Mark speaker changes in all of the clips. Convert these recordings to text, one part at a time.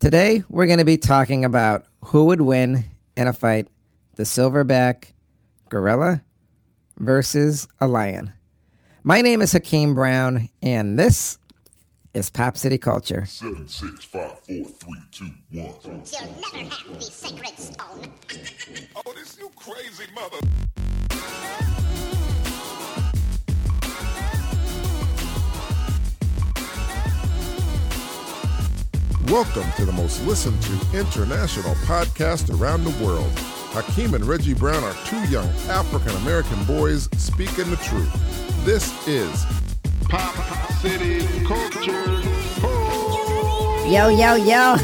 Speaker 1: Today, we're going to be talking about who would win in a fight the silverback gorilla versus a lion. My name is Hakeem Brown, and this is Pop City Culture.
Speaker 2: Seven, six, five, four, three, two, one.
Speaker 3: You'll never have the sacred stone.
Speaker 2: Oh, this you crazy mother.
Speaker 4: Welcome to the most listened to international podcast around the world. Hakeem and Reggie Brown are two young African American boys speaking the truth. This is
Speaker 2: Pop City Culture.
Speaker 5: Yo, yo, yo,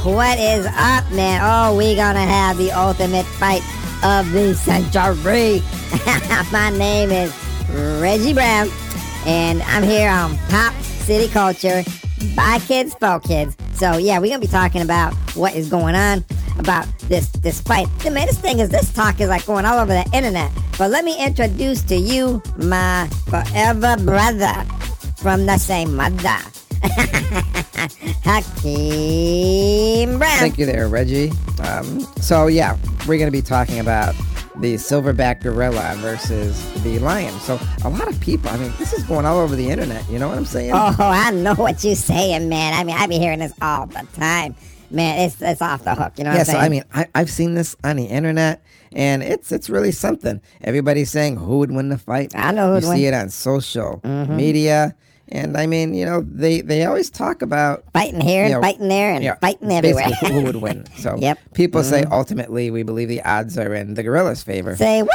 Speaker 5: what is up, man? Oh, we gonna have the ultimate fight of the century. My name is Reggie Brown, and I'm here on Pop City Culture by Kids for Kids. So, yeah, we're gonna be talking about what is going on about this this fight. The man, this thing is this talk is like going all over the internet. But let me introduce to you my forever brother from the same mother. Hakeem Brown.
Speaker 1: Thank you there, Reggie. Um, so, yeah, we're going to be talking about the silverback gorilla versus the lion. So, a lot of people, I mean, this is going all over the internet, you know what I'm saying?
Speaker 5: Oh, I know what you're saying, man. I mean, I be hearing this all the time. Man, it's it's off the hook. You know what
Speaker 1: yeah,
Speaker 5: I'm
Speaker 1: so
Speaker 5: saying?
Speaker 1: I mean, I, I've seen this on the internet, and it's it's really something. Everybody's saying who would win the fight.
Speaker 5: I know who
Speaker 1: you
Speaker 5: would
Speaker 1: see
Speaker 5: win.
Speaker 1: it
Speaker 5: Mm-hmm.
Speaker 1: on social media, and I mean, you know, they they always talk about
Speaker 5: biting here
Speaker 1: you
Speaker 5: and
Speaker 1: know,
Speaker 5: biting there and
Speaker 1: yeah,
Speaker 5: biting
Speaker 1: basically
Speaker 5: everywhere.
Speaker 1: who would win? So
Speaker 5: Yep. Mm-hmm.
Speaker 1: people say ultimately we believe the odds are in the gorilla's favor.
Speaker 5: Say what?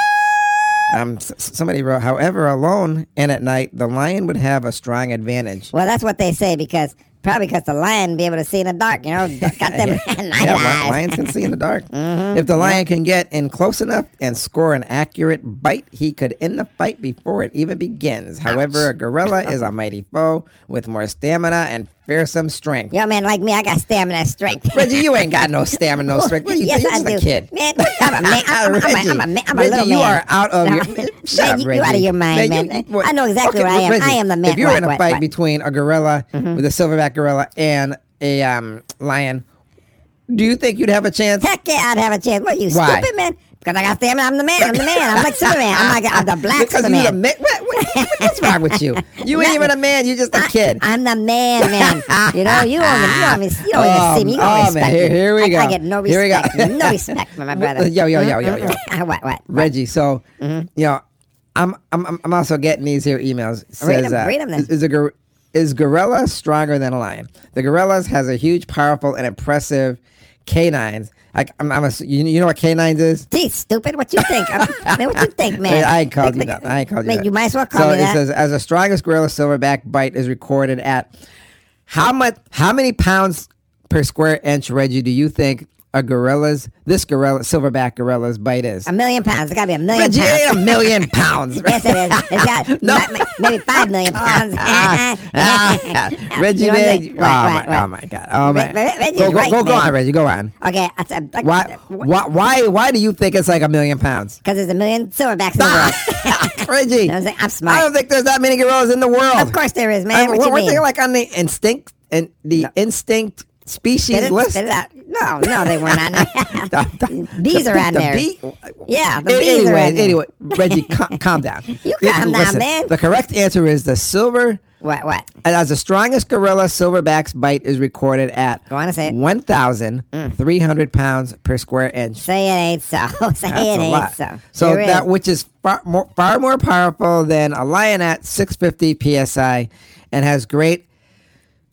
Speaker 1: Um, s- s- somebody wrote, however, alone and at night, the lion would have a strong advantage.
Speaker 5: Well, that's what they say because probably because the lion be able to see in the dark. You know, got them night
Speaker 1: Yeah, li-
Speaker 5: eyes.
Speaker 1: lions can see in the dark.
Speaker 5: Mm-hmm.
Speaker 1: If the lion can get in close enough and score an accurate bite, he could end the fight before it even begins. However, a gorilla is a mighty foe with more stamina and fearsome strength.
Speaker 5: Yo, man, like me, I got stamina strength.
Speaker 1: Reggie, you ain't got no stamina, no strength. What are you
Speaker 5: yes,
Speaker 1: you're
Speaker 5: I
Speaker 1: just
Speaker 5: do.
Speaker 1: a kid.
Speaker 5: Man, I'm a man. I'm, a- I'm, a- I'm, a, man- I'm a
Speaker 1: Reggie,
Speaker 5: little man.
Speaker 1: you are out of your.
Speaker 5: Nah,
Speaker 1: Shut up,
Speaker 5: Reggie,
Speaker 1: Reggie.
Speaker 5: you out of your mind, man.
Speaker 1: what-
Speaker 5: I know exactly
Speaker 1: okay,
Speaker 5: where I am.
Speaker 1: Reggie,
Speaker 5: I am the man.
Speaker 1: If you're
Speaker 5: What,
Speaker 1: in a
Speaker 5: what,
Speaker 1: fight
Speaker 5: what? Mm-hmm.
Speaker 1: between a gorilla with a silverback gorilla and a um, lion, do you think you'd have a chance?
Speaker 5: Heck yeah, I'd have a chance. What you
Speaker 1: Why?
Speaker 5: stupid man? Because I got stamina. I'm the man. I'm the man. I'm like Superman. I'm like I'm the black
Speaker 1: because
Speaker 5: Superman.
Speaker 1: you're a man. What, what, what's wrong with you? You ain't
Speaker 5: Nothing.
Speaker 1: even a man. You're just a kid.
Speaker 5: I, am the man, man. you know, you don't even, you don't even, you don't
Speaker 1: Oh,
Speaker 5: even see me. You don't
Speaker 1: oh, man.
Speaker 5: respect
Speaker 1: Here-
Speaker 5: me.
Speaker 1: here we
Speaker 5: I, I
Speaker 1: go.
Speaker 5: get no
Speaker 1: Here we go.
Speaker 5: respect. no respect from my brother.
Speaker 1: Yo, yo, yo, yo, yo.
Speaker 5: Mm-mm-mm. what, what?
Speaker 1: Reggie. So,
Speaker 5: Mm-hmm.
Speaker 1: you know, I'm I'm I'm- I'm also getting these here emails. Says, uh,
Speaker 5: Read 'em, read 'em then.
Speaker 1: Is, is a gor- is gorilla stronger than a lion? The gorillas has a huge, powerful, and impressive canines. I, I'm, I'm a, you, you know what canines is?
Speaker 5: Geez, stupid. What you think? I mean, what you think, man?
Speaker 1: I ain't called you that. I ain't called you
Speaker 5: Man,
Speaker 1: that.
Speaker 5: you might as well
Speaker 1: so
Speaker 5: call me
Speaker 1: it
Speaker 5: that.
Speaker 1: says as the strongest gorilla silverback bite is recorded at how much? How many pounds per square inch, Reggie? Do you think a gorilla's this gorilla silverback gorilla's bite is?
Speaker 5: a million pounds. It's got to be a million
Speaker 1: Reggie,
Speaker 5: pounds.
Speaker 1: it ain't a million pounds.
Speaker 5: Yes, it is. It's got
Speaker 1: No.
Speaker 5: ma- ma- maybe five million pounds.
Speaker 1: Ah, Reggie,
Speaker 5: You know what I
Speaker 1: man,
Speaker 5: mean?
Speaker 1: oh,
Speaker 5: Right,
Speaker 1: my,
Speaker 5: right, right.
Speaker 1: oh my God, oh
Speaker 5: Re-
Speaker 1: man,
Speaker 5: Re- Reggie's
Speaker 1: go, go,
Speaker 5: right,
Speaker 1: go, go
Speaker 5: man.
Speaker 1: on, Reggie, go on.
Speaker 5: okay, I, I, like,
Speaker 1: Why, why, why, why do you think it's like a million pounds?
Speaker 5: Because there's a million silverbacks in the world.
Speaker 1: Reggie,
Speaker 5: I'm saying, I'm smart.
Speaker 1: I don't think there's that many gorillas in the world.
Speaker 5: Of course there is, man.
Speaker 1: I mean,
Speaker 5: what
Speaker 1: we're,
Speaker 5: you
Speaker 1: we're
Speaker 5: mean?
Speaker 1: thinking like on the instinct and the instinct
Speaker 5: Spit
Speaker 1: species
Speaker 5: it-
Speaker 1: list.
Speaker 5: spit it out. No, no, they were not. bees
Speaker 1: The-
Speaker 5: are on
Speaker 1: the
Speaker 5: there.
Speaker 1: bee-
Speaker 5: Yeah, the
Speaker 1: A-
Speaker 5: bees
Speaker 1: anyway,
Speaker 5: are on there.
Speaker 1: anyway, Reggie, cal- calm down.
Speaker 5: You
Speaker 1: Li-
Speaker 5: calm down,
Speaker 1: listen,
Speaker 5: man.
Speaker 1: The correct answer is the silver
Speaker 5: What? What?
Speaker 1: And as the strongest gorilla silverback's bite is recorded at
Speaker 5: Go on and say it. Mm.
Speaker 1: 1,300 pounds per square inch.
Speaker 5: Say it ain't so. Say
Speaker 1: That's
Speaker 5: it
Speaker 1: a
Speaker 5: ain't
Speaker 1: lot.
Speaker 5: so.
Speaker 1: So
Speaker 5: There
Speaker 1: that
Speaker 5: is.
Speaker 1: which is far more, far more powerful than a lion at 650 psi, and has great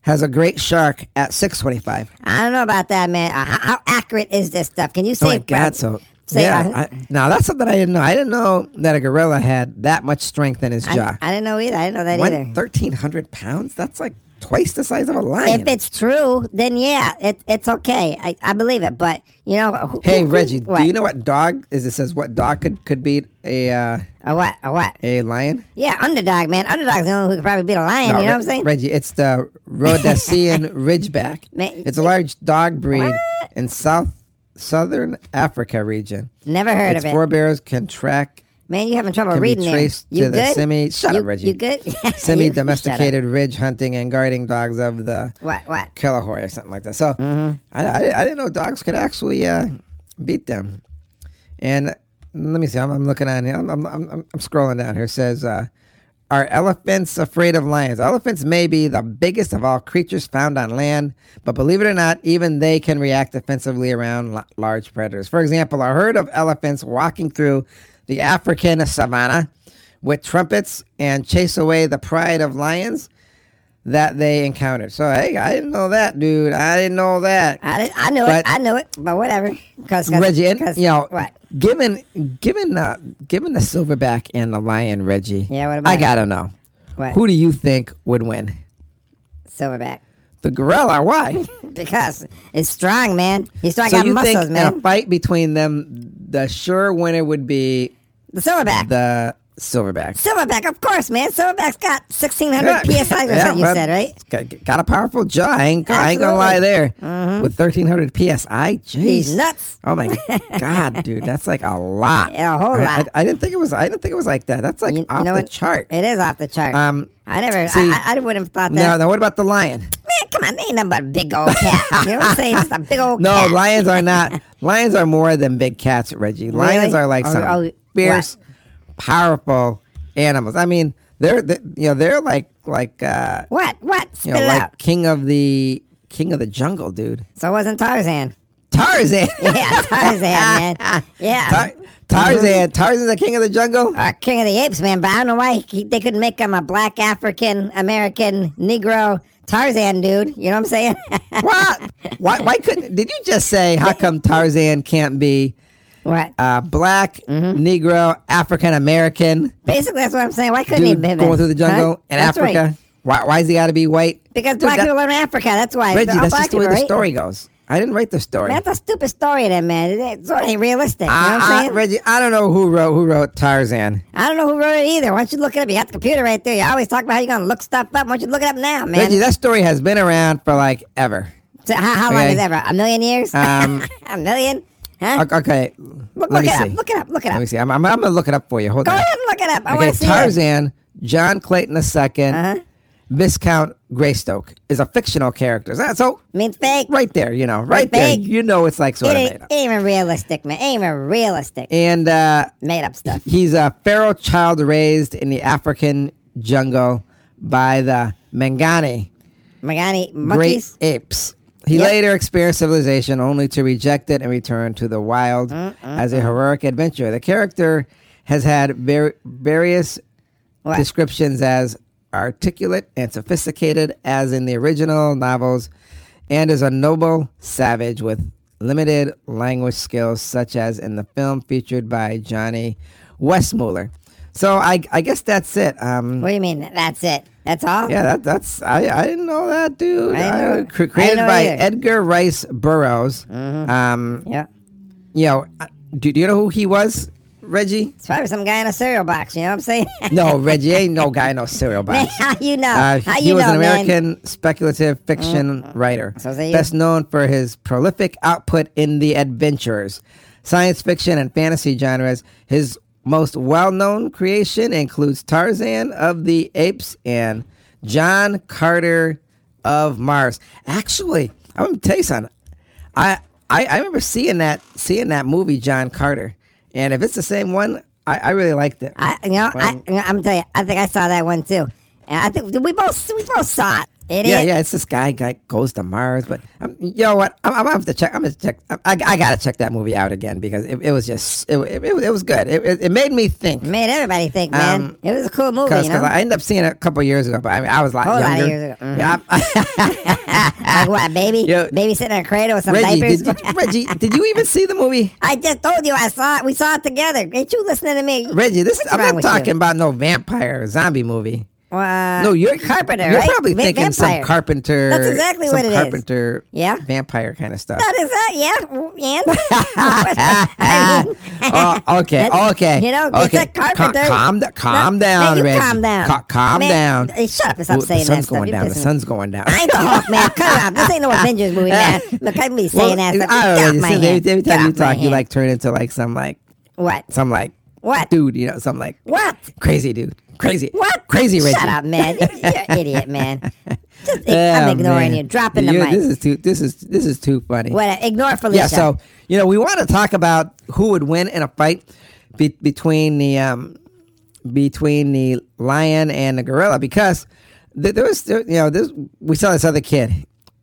Speaker 1: has a great shark at 625.
Speaker 5: I don't know about that, man. Uh, How, how accurate is this stuff? Can you say?
Speaker 1: Oh my God! So
Speaker 5: Say,
Speaker 1: yeah,
Speaker 5: uh,
Speaker 1: I- now that's something I didn't know. I didn't know that a gorilla had that much strength in his
Speaker 5: I,
Speaker 1: jaw.
Speaker 5: I didn't know either. I didn't know that
Speaker 1: One-
Speaker 5: either.
Speaker 1: 1,300 pounds? That's like twice the size of a lion.
Speaker 5: If it's true, then yeah, it, it's okay. I, I believe it. But you know, who,
Speaker 1: Hey
Speaker 5: who- who-
Speaker 1: Reggie,
Speaker 5: what?
Speaker 1: do you know what dog is? It says what dog could could beat a uh,
Speaker 5: A what? A what?
Speaker 1: a lion.
Speaker 5: Yeah, underdog, man. Underdog's the only one who could probably beat a lion.
Speaker 1: No,
Speaker 5: you know
Speaker 1: Re-
Speaker 5: what I'm saying?
Speaker 1: Reggie, it's the Rhodesian Ridgeback.
Speaker 5: Man,
Speaker 1: It's a large dog breed in South Southern Africa region.
Speaker 5: Never heard
Speaker 1: its
Speaker 5: of it.
Speaker 1: forebears can track
Speaker 5: Man, you having trouble
Speaker 1: can be
Speaker 5: reading
Speaker 1: traced
Speaker 5: it. You
Speaker 1: to
Speaker 5: good?
Speaker 1: the semi. Shut
Speaker 5: you,
Speaker 1: up, Reggie.
Speaker 5: You good? You- you shut up.
Speaker 1: Semi-domesticated ridge hunting and guarding dogs of the
Speaker 5: What? What?
Speaker 1: Kelahor or something like that. So I, I, I didn't know dogs could actually uh, beat them. And let me see. I'm, I'm looking on here. I'm, I'm, I'm, I'm scrolling down here. It says, uh, "Are elephants afraid of lions? Elephants may be the biggest of all creatures found on land, but believe it or not, even they can react offensively around la- large predators. For example, a herd of elephants walking through the African savannah." With trumpets and chase away the pride of lions that they encountered. So hey, I didn't know that, dude. I didn't know that.
Speaker 5: I, did, I knew
Speaker 1: But-
Speaker 5: it. I knew it. But whatever. Cause, 'cause-
Speaker 1: Reggie, and,
Speaker 5: 'cause-
Speaker 1: you know,
Speaker 5: what?
Speaker 1: given given the given the silverback and the lion, Reggie.
Speaker 5: Yeah, what about
Speaker 1: I
Speaker 5: it?
Speaker 1: gotta know.
Speaker 5: What?
Speaker 1: Who do you think would win?
Speaker 5: Silverback.
Speaker 1: The gorilla? Why?
Speaker 5: Because it's strong, man. He's strong.
Speaker 1: so
Speaker 5: got
Speaker 1: you
Speaker 5: muscles,
Speaker 1: think
Speaker 5: man.
Speaker 1: in a fight between them, the sure winner would be
Speaker 5: the silverback.
Speaker 1: the silverback?
Speaker 5: silverback, of course, man. Silverback's got sixteen
Speaker 1: Yeah,
Speaker 5: hundred psi. That's
Speaker 1: yeah,
Speaker 5: what you
Speaker 1: but
Speaker 5: said, right?
Speaker 1: it's Got, got a powerful jaw. I ain't, I ain't gonna lie there. With thirteen hundred psi, jeez,
Speaker 5: Mm-hmm. He's nuts.
Speaker 1: Oh my god, dude, that's like a lot.
Speaker 5: Yeah, a whole
Speaker 1: I-
Speaker 5: lot.
Speaker 1: I, I didn't think it was. I didn't think it was like that. That's like
Speaker 5: You- you
Speaker 1: off
Speaker 5: know
Speaker 1: the
Speaker 5: what?
Speaker 1: chart.
Speaker 5: It is off the chart.
Speaker 1: Um,
Speaker 5: I never.
Speaker 1: see-
Speaker 5: I, I, I wouldn't have thought that.
Speaker 1: Now, now, what about the lion?
Speaker 5: Man, come on, they ain't nothing but a big old cat. you know what I'm saying? Just a big old
Speaker 1: No,
Speaker 5: cat.
Speaker 1: lions are not. Lions are more than big cats, Reggie. Lions
Speaker 5: Really?
Speaker 1: are like
Speaker 5: Oh,
Speaker 1: some
Speaker 5: oh,
Speaker 1: fierce, powerful animals. I mean, they're, they you know they're like like uh,
Speaker 5: What? What?
Speaker 1: you
Speaker 5: Spit
Speaker 1: know
Speaker 5: it
Speaker 1: like
Speaker 5: out.
Speaker 1: king of the king of the jungle, dude.
Speaker 5: So it wasn't Tarzan.
Speaker 1: Tarzan.
Speaker 5: Yeah, Tarzan, man. Yeah.
Speaker 1: Tar- Tarzan. Tarzan, the king of the jungle.
Speaker 5: uh, King of the Apes, man, but I don't know why he, they couldn't make him a black African American Negro Tarzan dude. You know what I'm saying?
Speaker 1: What? Why? Why couldn't? Did you just say how come Tarzan can't be
Speaker 5: what?
Speaker 1: uh, black,
Speaker 5: Mm-hmm.
Speaker 1: Negro, African American
Speaker 5: Basically, that's what I'm saying. Why couldn't he
Speaker 1: dude
Speaker 5: be
Speaker 1: going through the jungle in
Speaker 5: That's right.
Speaker 1: Africa? Why? Why's he got to be white?
Speaker 5: Because
Speaker 1: Dude,
Speaker 5: black
Speaker 1: that-
Speaker 5: people live in Africa. That's why.
Speaker 1: Reggie,
Speaker 5: They're all
Speaker 1: that's
Speaker 5: black
Speaker 1: just the way
Speaker 5: people,
Speaker 1: the
Speaker 5: right?
Speaker 1: story goes. I didn't write the story.
Speaker 5: That's a stupid story, then, man. It, it sort of ain't realistic. you know what
Speaker 1: I-
Speaker 5: I'm
Speaker 1: I-
Speaker 5: saying?
Speaker 1: Reggie, I don't know who wrote who wrote Tarzan.
Speaker 5: I don't know who wrote it either. Why don't you look it up? You got the computer right there. You always talk about how you're going to look stuff up. Why don't you look it up now, man?
Speaker 1: Reggie, that story has been around for like ever.
Speaker 5: So how, how long
Speaker 1: Okay.
Speaker 5: is ever? A million years?
Speaker 1: Um,
Speaker 5: a million? Huh?
Speaker 1: O- Okay,
Speaker 5: look
Speaker 1: let
Speaker 5: look
Speaker 1: me
Speaker 5: it
Speaker 1: see.
Speaker 5: up. Look it up. Look it
Speaker 1: Let
Speaker 5: up.
Speaker 1: me see. I'm, I'm, I'm gonna look it up for you. Hold
Speaker 5: Go
Speaker 1: on.
Speaker 5: ahead and look it up. I
Speaker 1: Okay,
Speaker 5: want to see it. Uh-huh.
Speaker 1: Tarzan, John Clayton II, Viscount Greystoke is a fictional character. So- So
Speaker 5: Means fake.
Speaker 1: right there, you know, right there,
Speaker 5: big.
Speaker 1: you know, it's like
Speaker 5: It
Speaker 1: sort of made
Speaker 5: ain't,
Speaker 1: up.
Speaker 5: it ain't even realistic, man. It ain't even realistic.
Speaker 1: And uh,
Speaker 5: Made up stuff.
Speaker 1: he's a feral child raised in the African jungle by the Mangani,
Speaker 5: Magani
Speaker 1: great
Speaker 5: monkeys.
Speaker 1: apes. He
Speaker 5: Yep.
Speaker 1: later experienced civilization only to reject it and return to the wild
Speaker 5: Mm,
Speaker 1: as a heroic adventurer. The character has had var- various
Speaker 5: What?
Speaker 1: descriptions as articulate and sophisticated as in the original novels and is a noble savage with limited language skills such as in the film featured by Johnny Westmuller. So I, I guess that's it. Um,
Speaker 5: What do you mean? That's it. That's all.
Speaker 1: yeah, that, that's I, I didn't know that dude.
Speaker 5: I
Speaker 1: I-
Speaker 5: know.
Speaker 1: cre-
Speaker 5: I
Speaker 1: created
Speaker 5: know Mm-hmm.
Speaker 1: by
Speaker 5: either.
Speaker 1: Edgar Rice Burroughs. Um,
Speaker 5: Yeah.
Speaker 1: you know, uh, do, do you know who he was, Reggie?
Speaker 5: It's probably some guy in a cereal box. You know what I'm saying?
Speaker 1: No, Reggie ain't no guy, no cereal
Speaker 5: man,
Speaker 1: box.
Speaker 5: how you know?
Speaker 1: Uh,
Speaker 5: how
Speaker 1: he
Speaker 5: you
Speaker 1: was
Speaker 5: know,
Speaker 1: an
Speaker 5: man? Mm-hmm.
Speaker 1: American speculative fiction writer,
Speaker 5: So there you-
Speaker 1: best known for his prolific output in the adventures, science fiction, and fantasy genres. His most well-known creation includes Tarzan of the Apes and John Carter of Mars. Actually, I'm gonna tell you something. I I, I remember seeing that seeing that movie John Carter, and if it's the same one, I, I really liked it.
Speaker 5: I, you know, I,
Speaker 1: Well-
Speaker 5: you know, I'm telling you, I think I saw that one too. And I think we both we both saw it. Idiot.
Speaker 1: Yeah, yeah, it's this guy guy goes to Mars, but um, you know what? I'm, I'm gonna have to check. I'm gonna check. I, I, I gotta check that movie out again because it, it was just it, it, it was good. It, it, it made me think
Speaker 5: It made everybody think, man.
Speaker 1: Um,
Speaker 5: it was a cool movie,
Speaker 1: because
Speaker 5: you know.
Speaker 1: I ended up seeing it a couple years ago, but I mean I was a lot
Speaker 5: Whole lot of
Speaker 1: younger.
Speaker 5: years ago. Mhm.
Speaker 1: Yeah, I'm-
Speaker 5: like what, a baby?
Speaker 1: Yo-
Speaker 5: baby sitting in a cradle with some
Speaker 1: Reggie,
Speaker 5: diapers.
Speaker 1: did, did, Reggie, did you even see the movie?
Speaker 5: I just told you I saw it. We saw it together. Ain't you listening to me?
Speaker 1: Reggie, this
Speaker 5: What's wrong
Speaker 1: I'm not
Speaker 5: with you?
Speaker 1: talking about no vampire zombie movie.
Speaker 5: Uh,
Speaker 1: no, you're
Speaker 5: Carpenter,
Speaker 1: You're
Speaker 5: right?
Speaker 1: probably
Speaker 5: Va-
Speaker 1: thinking some
Speaker 5: vampire.
Speaker 1: carpenter.
Speaker 5: That's exactly
Speaker 1: some
Speaker 5: what it is.
Speaker 1: carpenter
Speaker 5: Yeah.
Speaker 1: vampire kind of stuff.
Speaker 5: That is that, yeah, and
Speaker 1: oh, okay, okay.
Speaker 5: You know, it's
Speaker 1: okay.
Speaker 5: a carpenter.
Speaker 1: Ca- calm, da- calm
Speaker 5: No,
Speaker 1: down,
Speaker 5: no, you
Speaker 1: Reggie.
Speaker 5: calm down.
Speaker 1: Ca- calm
Speaker 5: Man,
Speaker 1: down.
Speaker 5: hey, shut up and stop
Speaker 1: Ooh, the
Speaker 5: saying that
Speaker 1: sun's
Speaker 5: stuff.
Speaker 1: going
Speaker 5: You're
Speaker 1: down. The
Speaker 5: pissing me.
Speaker 1: sun's going down.
Speaker 5: I ain't the Hulk, man. Cut it off. This ain't no Avengers movie, man. Look, I be
Speaker 1: Well,
Speaker 5: saying that stuff.
Speaker 1: I
Speaker 5: Get
Speaker 1: don't
Speaker 5: off
Speaker 1: know.
Speaker 5: my
Speaker 1: Every,
Speaker 5: hand.
Speaker 1: every
Speaker 5: Get
Speaker 1: time you
Speaker 5: off my
Speaker 1: talk, you
Speaker 5: hand.
Speaker 1: like turn into like some like
Speaker 5: what?
Speaker 1: some like
Speaker 5: What?
Speaker 1: dude, you know, something like
Speaker 5: What?
Speaker 1: crazy, dude, crazy,
Speaker 5: What?
Speaker 1: crazy, Reggie.
Speaker 5: Shut up, man. You're an idiot, man. Just,
Speaker 1: Oh,
Speaker 5: I'm ignoring
Speaker 1: man.
Speaker 5: you. Dropping the
Speaker 1: You're-
Speaker 5: mic.
Speaker 1: This is too. This is this is too funny.
Speaker 5: What? uh, Ignore Felicia.
Speaker 1: yeah. So you know, we want to talk about who would win in a fight be- between the um between the lion and the gorilla because th- there was there, you know this we saw this other kid.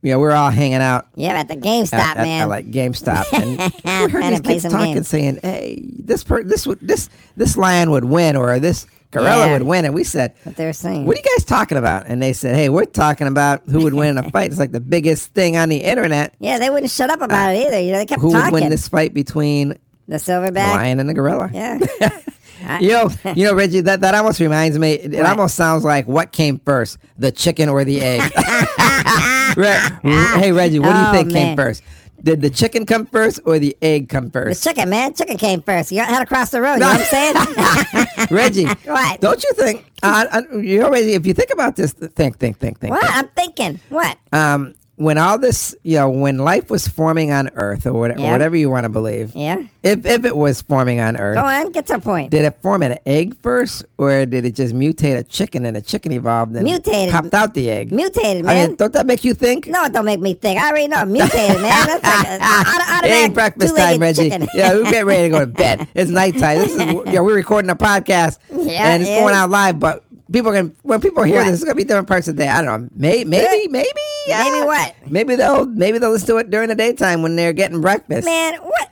Speaker 1: You know, we we're all hanging out
Speaker 5: yeah, at the GameStop,
Speaker 1: at, at-
Speaker 5: man.
Speaker 1: at, like GameStop, and we heard
Speaker 5: Trying
Speaker 1: these
Speaker 5: to play
Speaker 1: kids
Speaker 5: some
Speaker 1: talking,
Speaker 5: games.
Speaker 1: saying, "Hey, this per- this would this this lion would win, or this gorilla
Speaker 5: Yeah.
Speaker 1: would win," and we said,
Speaker 5: what they're saying.
Speaker 1: what are you guys talking about? And they said, hey, we're talking about who would win in a fight. It's like the biggest thing on the internet.
Speaker 5: yeah, they wouldn't shut up about it either. You know, they kept
Speaker 1: Uh, Who
Speaker 5: talking.
Speaker 1: would win this fight between
Speaker 5: the
Speaker 1: the
Speaker 5: silverback.
Speaker 1: lion and the gorilla?
Speaker 5: Yeah.
Speaker 1: You know, you know, Reggie. That, that almost reminds me. It, it
Speaker 5: What?
Speaker 1: almost sounds like what came first, the chicken or the egg? Re- hey, Reggie, what do you
Speaker 5: Oh,
Speaker 1: think came
Speaker 5: man.
Speaker 1: first? Did the chicken come first or the egg come
Speaker 5: The
Speaker 1: first?
Speaker 5: chicken, man. Chicken came first. You had to cross the road. You know what I'm saying?
Speaker 1: Reggie,
Speaker 5: What?
Speaker 1: don't you think? Uh, uh, you know, Reggie, if you think about this, think, think, think, think.
Speaker 5: what? I'm thinking. What?
Speaker 1: um, when all this, you know, when life was forming on Earth, or, what,
Speaker 5: Yeah.
Speaker 1: whatever you want to believe,
Speaker 5: Yeah.
Speaker 1: if if it was forming on Earth,
Speaker 5: Go on. Get to a point.
Speaker 1: did it form an egg first, or did it just mutate a chicken and the chicken evolved and
Speaker 5: Mutated.
Speaker 1: popped out the egg?
Speaker 5: Mutated, man.
Speaker 1: I mean, don't that make you think?
Speaker 5: no, it don't make me think. I already know. I'm mutated, man. That's like a, auto-
Speaker 1: It
Speaker 5: automatic
Speaker 1: ain't breakfast
Speaker 5: two-legged
Speaker 1: time, Reggie.
Speaker 5: chicken.
Speaker 1: yeah, we're getting ready to go to bed. It's nighttime. This is yeah, we're recording a podcast
Speaker 5: Yeah,
Speaker 1: and it's
Speaker 5: it
Speaker 1: going
Speaker 5: is.
Speaker 1: out live, but people are gonna when people hear
Speaker 5: What?
Speaker 1: this, it's gonna be different parts of the day. I don't know. May, maybe, maybe, uh,
Speaker 5: Maybe what?
Speaker 1: Maybe they'll maybe they'll listen to it during the daytime when they're getting breakfast.
Speaker 5: Man, what?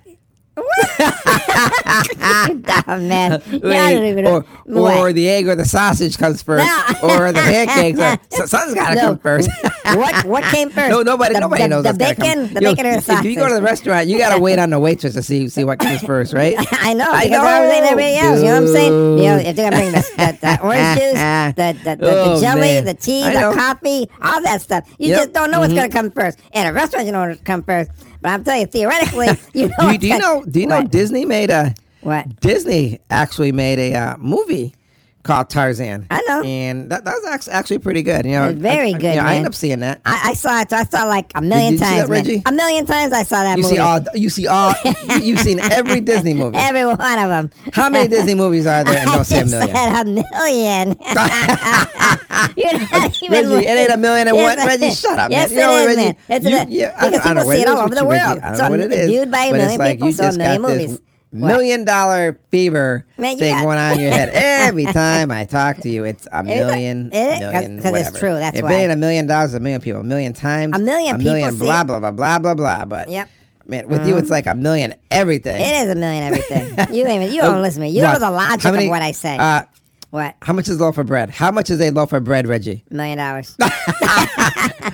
Speaker 5: What? oh, man. Yeah, I don't even know.
Speaker 1: or, or
Speaker 5: What?
Speaker 1: the egg or the sausage comes first,
Speaker 5: No.
Speaker 1: or the pancakes. Or, so- something's got to
Speaker 5: No.
Speaker 1: come first.
Speaker 5: what? What came first?
Speaker 1: No, nobody,
Speaker 5: the,
Speaker 1: nobody
Speaker 5: the,
Speaker 1: knows.
Speaker 5: The
Speaker 1: what's gotta come.
Speaker 5: bacon, the
Speaker 1: You know,
Speaker 5: bacon or the
Speaker 1: If
Speaker 5: sausage?
Speaker 1: you go to the restaurant, you got to wait on the waitress to see see what comes first, right?
Speaker 5: I know
Speaker 1: I
Speaker 5: because they're always
Speaker 1: know,
Speaker 5: like everybody else. You know what I'm saying? You know, if they're gonna bring the, the, the orange juice, the, the, the,
Speaker 1: Oh,
Speaker 5: the jelly,
Speaker 1: man.
Speaker 5: the tea,
Speaker 1: I
Speaker 5: the
Speaker 1: know.
Speaker 5: coffee, all that stuff.
Speaker 1: Yep.
Speaker 5: You
Speaker 1: Mm-hmm.
Speaker 5: just don't know what's gonna come first. And a restaurant, you know what's gonna come first. But I'm telling you, theoretically, you
Speaker 1: Do you,
Speaker 5: know. what's
Speaker 1: do you
Speaker 5: gonna-
Speaker 1: know? Do you know
Speaker 5: what?
Speaker 1: Disney made a
Speaker 5: What?
Speaker 1: Disney actually made a uh, movie called Tarzan.
Speaker 5: I know.
Speaker 1: and that, that was act- actually pretty good. You know,
Speaker 5: It's very
Speaker 1: I- I- you
Speaker 5: good,
Speaker 1: know, I
Speaker 5: man.
Speaker 1: ended up seeing that.
Speaker 5: I, I saw it. I saw it like a million
Speaker 1: you see
Speaker 5: times.
Speaker 1: that,
Speaker 5: man.
Speaker 1: Reggie?
Speaker 5: A million times I saw that
Speaker 1: You
Speaker 5: movie.
Speaker 1: see all. You see all. you- You've seen every Disney movie.
Speaker 5: Every one of them.
Speaker 1: How many Disney movies are there? And
Speaker 5: I
Speaker 1: don't say a
Speaker 5: just
Speaker 1: million.
Speaker 5: said a million. You're not even.
Speaker 1: Reggie, it ain't a million and
Speaker 5: Yes,
Speaker 1: one. Reggie,
Speaker 5: it-
Speaker 1: shut up.
Speaker 5: Yes,
Speaker 1: man. You know,
Speaker 5: it is,
Speaker 1: Reggie,
Speaker 5: man. It's
Speaker 1: you-
Speaker 5: a,
Speaker 1: you- I
Speaker 5: because
Speaker 1: don't- I don't
Speaker 5: people
Speaker 1: know
Speaker 5: see it
Speaker 1: what
Speaker 5: all
Speaker 1: is
Speaker 5: over
Speaker 1: with
Speaker 5: the
Speaker 1: you, Reggie.
Speaker 5: world.
Speaker 1: I don't
Speaker 5: So
Speaker 1: know what
Speaker 5: I'm
Speaker 1: it is,
Speaker 5: viewed by a
Speaker 1: but it's
Speaker 5: million
Speaker 1: like
Speaker 5: people,
Speaker 1: you
Speaker 5: so
Speaker 1: just
Speaker 5: many
Speaker 1: got this
Speaker 5: movies. What?
Speaker 1: Million dollar fever
Speaker 5: Man, you
Speaker 1: thing
Speaker 5: got-
Speaker 1: going on in your head. Every time I talk to you, it's a million,
Speaker 5: it is, 'cause-
Speaker 1: million,
Speaker 5: 'cause it's
Speaker 1: whatever.
Speaker 5: true, that's
Speaker 1: if
Speaker 5: why.
Speaker 1: it ain't a million dollars, a million people, a million times,
Speaker 5: A million
Speaker 1: a million,
Speaker 5: people see
Speaker 1: blah
Speaker 5: it.
Speaker 1: blah blah blah blah blah. But
Speaker 5: Yep. Mm-hmm.
Speaker 1: man, with you, it's like a million everything.
Speaker 5: It is a million everything. You ain't even, you don't listen to me. You
Speaker 1: Oh, What?
Speaker 5: don't know the logic
Speaker 1: How many-
Speaker 5: of what I say.
Speaker 1: Uh,
Speaker 5: what?
Speaker 1: how much is a loaf of bread? How much is a loaf of bread, Reggie?
Speaker 5: Million dollars.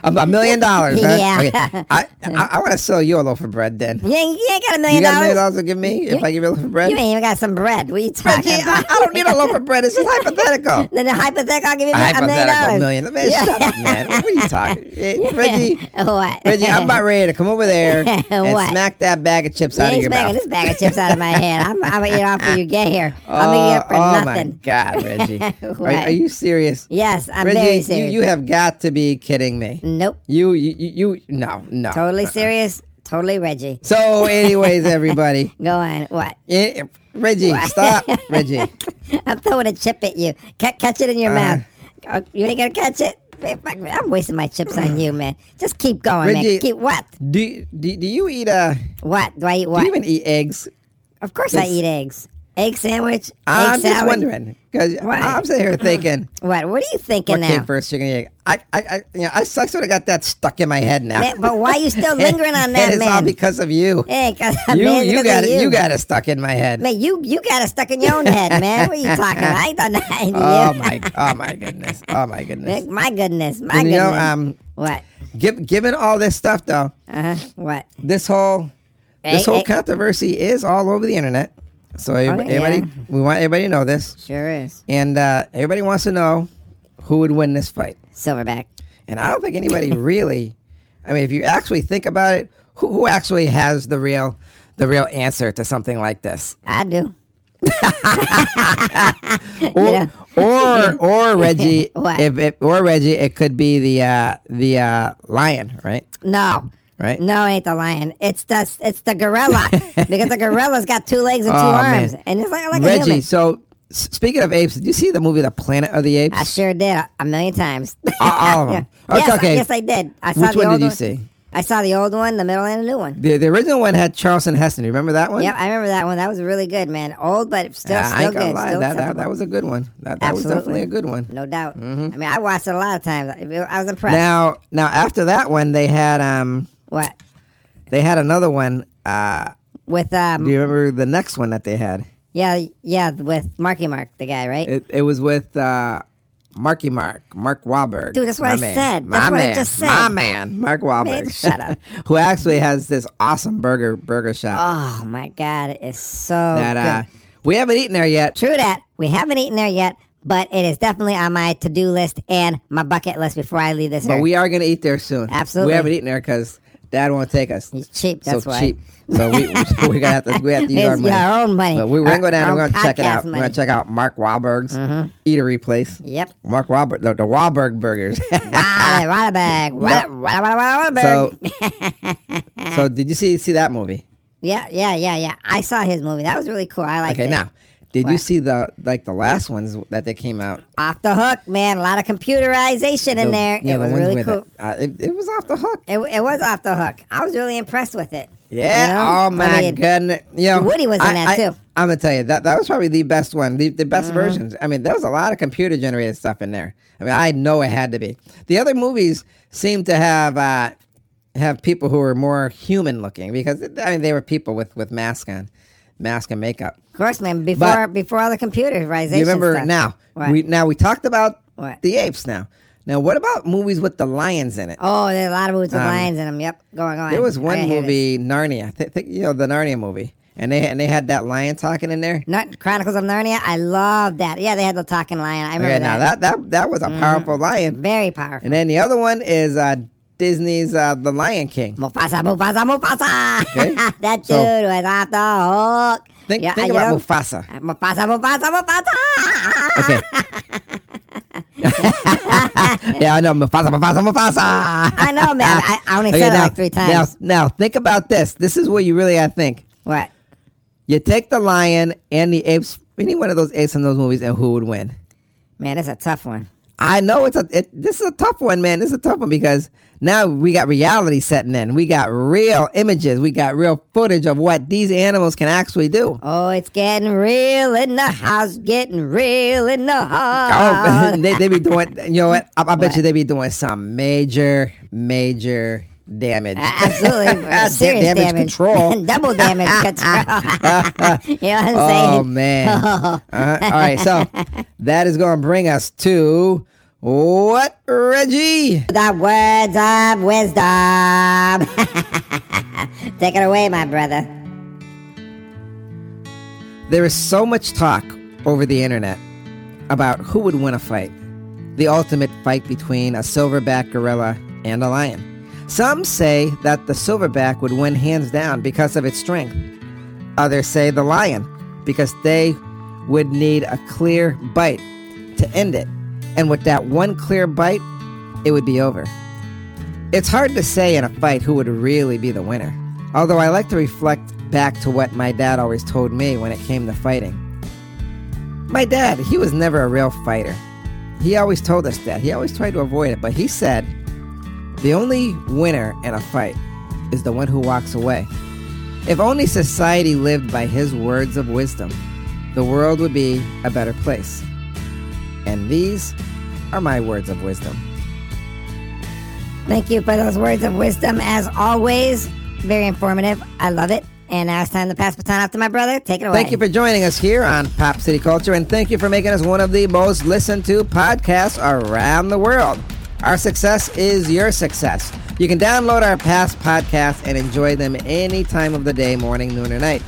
Speaker 1: A, a million dollars, huh?
Speaker 5: Yeah.
Speaker 1: Okay. I, I, I want to sell you a loaf of bread then.
Speaker 5: you, ain't, you ain't got a
Speaker 1: You
Speaker 5: million
Speaker 1: got a million
Speaker 5: dollars.
Speaker 1: dollars to give me if I give you a loaf of bread?
Speaker 5: You ain't even got some bread. What are you
Speaker 1: But
Speaker 5: talking
Speaker 1: gee, I,
Speaker 5: about?
Speaker 1: I don't need a loaf of bread. It's just hypothetical.
Speaker 5: Then the hypothetical, I'll give you a million
Speaker 1: hypothetical
Speaker 5: dollars.
Speaker 1: million. Man, shut up, man. What are you talking? Eh, Reggie,
Speaker 5: what?
Speaker 1: Reggie, I'm about ready to come over there and
Speaker 5: What?
Speaker 1: smack that bag of chips
Speaker 5: You
Speaker 1: out of
Speaker 5: ain't
Speaker 1: your
Speaker 5: smacking
Speaker 1: mouth.
Speaker 5: this bag of chips out of my hand. I'm, I'm gonna eat off when you get here. I'm gonna get up for
Speaker 1: oh
Speaker 5: nothing.
Speaker 1: my God, Reggie. are,
Speaker 5: What?
Speaker 1: are you serious?
Speaker 5: Yes, I'm
Speaker 1: Reggie,
Speaker 5: very serious.
Speaker 1: You, you have got to be kidding me.
Speaker 5: nope,
Speaker 1: You, you, you, you- no, no.
Speaker 5: totally serious, totally Reggie.
Speaker 1: So, anyways, everybody.
Speaker 5: Go on. What?
Speaker 1: Eh, Reggie, stop, Reggie.
Speaker 5: I'm throwing a chip at you. Ca- catch it in your
Speaker 1: Uh.
Speaker 5: mouth. Oh, You ain't gonna catch it. Man, fuck me. I'm wasting my chips on you, man. Just keep going,
Speaker 1: Reggie-
Speaker 5: man. Keep what?
Speaker 1: Do, do, do you eat uh
Speaker 5: What? Do I eat
Speaker 1: do
Speaker 5: what?
Speaker 1: you even eat eggs?
Speaker 5: of course I
Speaker 1: Yes.
Speaker 5: eat eggs. Egg sandwich.
Speaker 1: I'm
Speaker 5: egg
Speaker 1: just
Speaker 5: salad.
Speaker 1: wondering because
Speaker 5: Why?
Speaker 1: I'm sitting here thinking
Speaker 5: What? What are you thinking
Speaker 1: what
Speaker 5: now?
Speaker 1: came first, chicken or egg? I I, I you know I sort of got that stuck in my head now.
Speaker 5: Man, but why you still lingering on that,
Speaker 1: and it's
Speaker 5: man?
Speaker 1: all because of you.
Speaker 5: Hey, 'cause-
Speaker 1: You
Speaker 5: man,
Speaker 1: you
Speaker 5: look
Speaker 1: got
Speaker 5: at
Speaker 1: it you got it stuck in my head.
Speaker 5: Man, you you got it stuck in your own head, man. What are you talking about? I ain't done nothing to
Speaker 1: Oh
Speaker 5: you.
Speaker 1: my oh my goodness oh my goodness.
Speaker 5: Man, my goodness, my
Speaker 1: And
Speaker 5: goodness.
Speaker 1: you know um
Speaker 5: what?
Speaker 1: give, given all this stuff though
Speaker 5: Uh huh. What?
Speaker 1: this whole this
Speaker 5: Egg-
Speaker 1: whole
Speaker 5: egg-
Speaker 1: controversy is all over the internet. So everybody,
Speaker 5: Oh, yeah.
Speaker 1: we want everybody to know this.
Speaker 5: Sure is
Speaker 1: And uh, everybody wants to know who would win this fight.
Speaker 5: silverback.
Speaker 1: And I don't think anybody really. I mean, if you actually think about it, who, who actually has the real, the real answer to something like this?
Speaker 5: I do.
Speaker 1: Or, or, or Reggie,
Speaker 5: What?
Speaker 1: if, if or Reggie, it could be the uh, the uh, lion, right?
Speaker 5: No,
Speaker 1: right?
Speaker 5: No, it ain't the lion. It's the it's the gorilla because the gorilla's got two legs and two
Speaker 1: Aw, Oh, man.
Speaker 5: arms, and it's like, like a
Speaker 1: Reggie,
Speaker 5: human.
Speaker 1: so s- speaking of apes, did you see the movie The Planet of the Apes?
Speaker 5: I sure did a, a million times.
Speaker 1: Uh, all of 'em.
Speaker 5: Yeah.
Speaker 1: Okay,
Speaker 5: yes,
Speaker 1: okay.
Speaker 5: yes, I did. I saw
Speaker 1: Which
Speaker 5: the
Speaker 1: one
Speaker 5: old
Speaker 1: did you
Speaker 5: one.
Speaker 1: see?
Speaker 5: I saw the old one, the middle, and the new one.
Speaker 1: The, the original one had Charleston Heston. You remember that one?
Speaker 5: Yep, I remember that one. That was really good, man. Old, but still,
Speaker 1: Yeah, I
Speaker 5: still
Speaker 1: ain't gonna
Speaker 5: good.
Speaker 1: lie,
Speaker 5: still
Speaker 1: that, that,
Speaker 5: acceptable.
Speaker 1: that was a good one. That, that was
Speaker 5: Absolutely.
Speaker 1: definitely a good one.
Speaker 5: no doubt. I mean, I watched it a lot of times. I I was impressed.
Speaker 1: Mm-hmm. Now, now after that one, they had um,
Speaker 5: what
Speaker 1: they had another one. Uh,
Speaker 5: with um?
Speaker 1: do you remember the next one that they had?
Speaker 5: yeah, yeah, with Marky Mark, the guy, right?
Speaker 1: It, it was with uh, Marky Mark, Mark Wahlberg.
Speaker 5: Dude, that's what
Speaker 1: my
Speaker 5: I
Speaker 1: man,
Speaker 5: said.
Speaker 1: My
Speaker 5: That's what I
Speaker 1: man,
Speaker 5: just said.
Speaker 1: My man, Mark Wahlberg.
Speaker 5: shut up.
Speaker 1: who actually has this awesome burger burger shop
Speaker 5: oh my God, it is so
Speaker 1: that uh,
Speaker 5: Oh, good.
Speaker 1: we haven't eaten there yet.
Speaker 5: True that. We haven't eaten there yet, but it is definitely on my to-do list and my bucket list before I leave this.
Speaker 1: But
Speaker 5: earth.
Speaker 1: we are going to eat there soon.
Speaker 5: Absolutely.
Speaker 1: We haven't eaten there because Dad won't take us.
Speaker 5: He's cheap. That's
Speaker 1: so
Speaker 5: why.
Speaker 1: cheap. So we we gonna have to we have to use our
Speaker 5: It's
Speaker 1: money.
Speaker 5: your own money.
Speaker 1: But we, we're gonna go
Speaker 5: Our
Speaker 1: down and we're
Speaker 5: own
Speaker 1: gonna check it
Speaker 5: podcast
Speaker 1: out. We're
Speaker 5: money. Mm-hmm.
Speaker 1: gonna check out Mark Wahlberg's eatery place.
Speaker 5: Yep.
Speaker 1: Mark Wahlberg, the, the Wahlberg burgers.
Speaker 5: Wada, wada bag, wada, wada, wada, wada bag.
Speaker 1: so, so did you see see that movie?
Speaker 5: Yeah, yeah, yeah, yeah. I saw his movie. That was really cool. I liked
Speaker 1: Okay,
Speaker 5: it.
Speaker 1: now did you
Speaker 5: What?
Speaker 1: see the like the last ones that they came out?
Speaker 5: Off the hook, man. A lot of computerization in
Speaker 1: The-
Speaker 5: there.
Speaker 1: yeah,
Speaker 5: it
Speaker 1: the
Speaker 5: was
Speaker 1: ones
Speaker 5: really
Speaker 1: with
Speaker 5: cool.
Speaker 1: The, uh, it, it was off the hook.
Speaker 5: It, it was off the hook. I was really impressed with it.
Speaker 1: Yeah.
Speaker 5: You know?
Speaker 1: Oh my
Speaker 5: I mean,
Speaker 1: goodness. You know,
Speaker 5: Woody was in
Speaker 1: I-
Speaker 5: that,
Speaker 1: I-
Speaker 5: too. Mm-hmm.
Speaker 1: I'm gonna tell you that that was probably the best one, the, the best versions. I mean, there was a lot of computer generated stuff in there. I mean, I know it had to be. The other movies seemed to have uh, have people who were more human looking because I mean they were people with with mask on, mask and makeup.
Speaker 5: Of course, man. Before
Speaker 1: But-
Speaker 5: before all the computerization.
Speaker 1: You remember
Speaker 5: stuff.
Speaker 1: now?
Speaker 5: What?
Speaker 1: We now we talked about
Speaker 5: What?
Speaker 1: the apes. Now, now what about movies with the lions in it?
Speaker 5: oh, there's a lot of movies with lions in them. Yep. Go on, go on.
Speaker 1: Um, There was
Speaker 5: I
Speaker 1: one
Speaker 5: gotta hear
Speaker 1: movie, Narnia. Th- think, you know the Narnia movie, and they and they had that lion talking in there.
Speaker 5: this. Nar- Chronicles of Narnia. I love that. Yeah, they had the talking lion. I remember Mm-hmm.
Speaker 1: Okay, now that that that was a powerful lion.
Speaker 5: Very powerful.
Speaker 1: And then the other one is uh, Disney's uh, The Lion King.
Speaker 5: Mufasa, Mufasa, Mufasa.
Speaker 1: Okay.
Speaker 5: that dude
Speaker 1: So-
Speaker 5: was off the hook.
Speaker 1: Think,
Speaker 5: Yeah,
Speaker 1: think
Speaker 5: you
Speaker 1: about
Speaker 5: know,
Speaker 1: Mufasa.
Speaker 5: Mufasa, Mufasa, Mufasa.
Speaker 1: Okay. yeah, I know Mufasa, Mufasa, Mufasa.
Speaker 5: I know, man. I, I only
Speaker 1: Okay,
Speaker 5: said it
Speaker 1: now-
Speaker 5: like three times.
Speaker 1: Now, now think about this. This is where you really got to think.
Speaker 5: What?
Speaker 1: You take the lion and the apes, any one of those apes in those movies, and who would win?
Speaker 5: Man, that's a tough one.
Speaker 1: I know it's a it, this is a tough one, man. This is a tough one because now we got reality setting in. We got real images. We got real footage of what these animals can actually do.
Speaker 5: Oh, it's getting real in the house, getting real in the
Speaker 1: Oh,
Speaker 5: house.
Speaker 1: they, they be doing. You know what? I, I bet you they be doing some major, major damage.
Speaker 5: A- Absolutely.
Speaker 1: Dam-
Speaker 5: Serious
Speaker 1: damage,
Speaker 5: damage.
Speaker 1: control.
Speaker 5: Double damage control. you know what I'm
Speaker 1: Oh
Speaker 5: saying?
Speaker 1: man! Uh-huh. All right, so that is going to bring us to what, Reggie?
Speaker 5: The words of wisdom. Take it away, my brother.
Speaker 1: There is so much talk over the internet about who would win a fight. The ultimate fight between a silverback gorilla and a lion. Some say that the silverback would win hands down because of its strength. Others say the lion because they would need a clear bite to end it. And with that one clear bite, it would be over. It's hard to say in a fight who would really be the winner, although I like to reflect back to what my dad always told me when it came to fighting. My dad, he was never a real fighter. He always told us that. He always tried to avoid it, but he said, the only winner in a fight is the one who walks away. If only society lived by his words of wisdom, the world would be a better place. And these are my words of wisdom.
Speaker 5: Thank you for those words of wisdom, as always. Very informative. I love it. And now it's time to pass the baton off to my brother. Take it away.
Speaker 1: Thank you for joining us here on Pop City Culture, and thank you for making us one of the most listened to podcasts around the world. Our success is your success. You can download our past podcasts and enjoy them any time of the day, morning, noon, or night.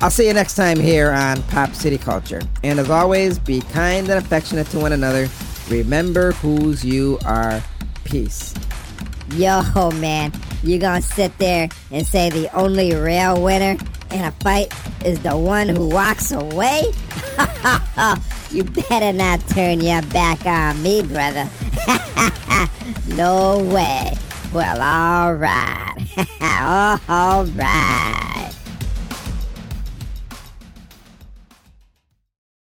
Speaker 1: I'll see you next time here on Pop City Culture. And as always, be kind and affectionate to one another. Remember whose you are. Peace.
Speaker 5: Yo, man, you gonna sit there and say the only real winner in a fight is the one who walks away? you better not turn your back on me, brother. no way. Well, all right. All right.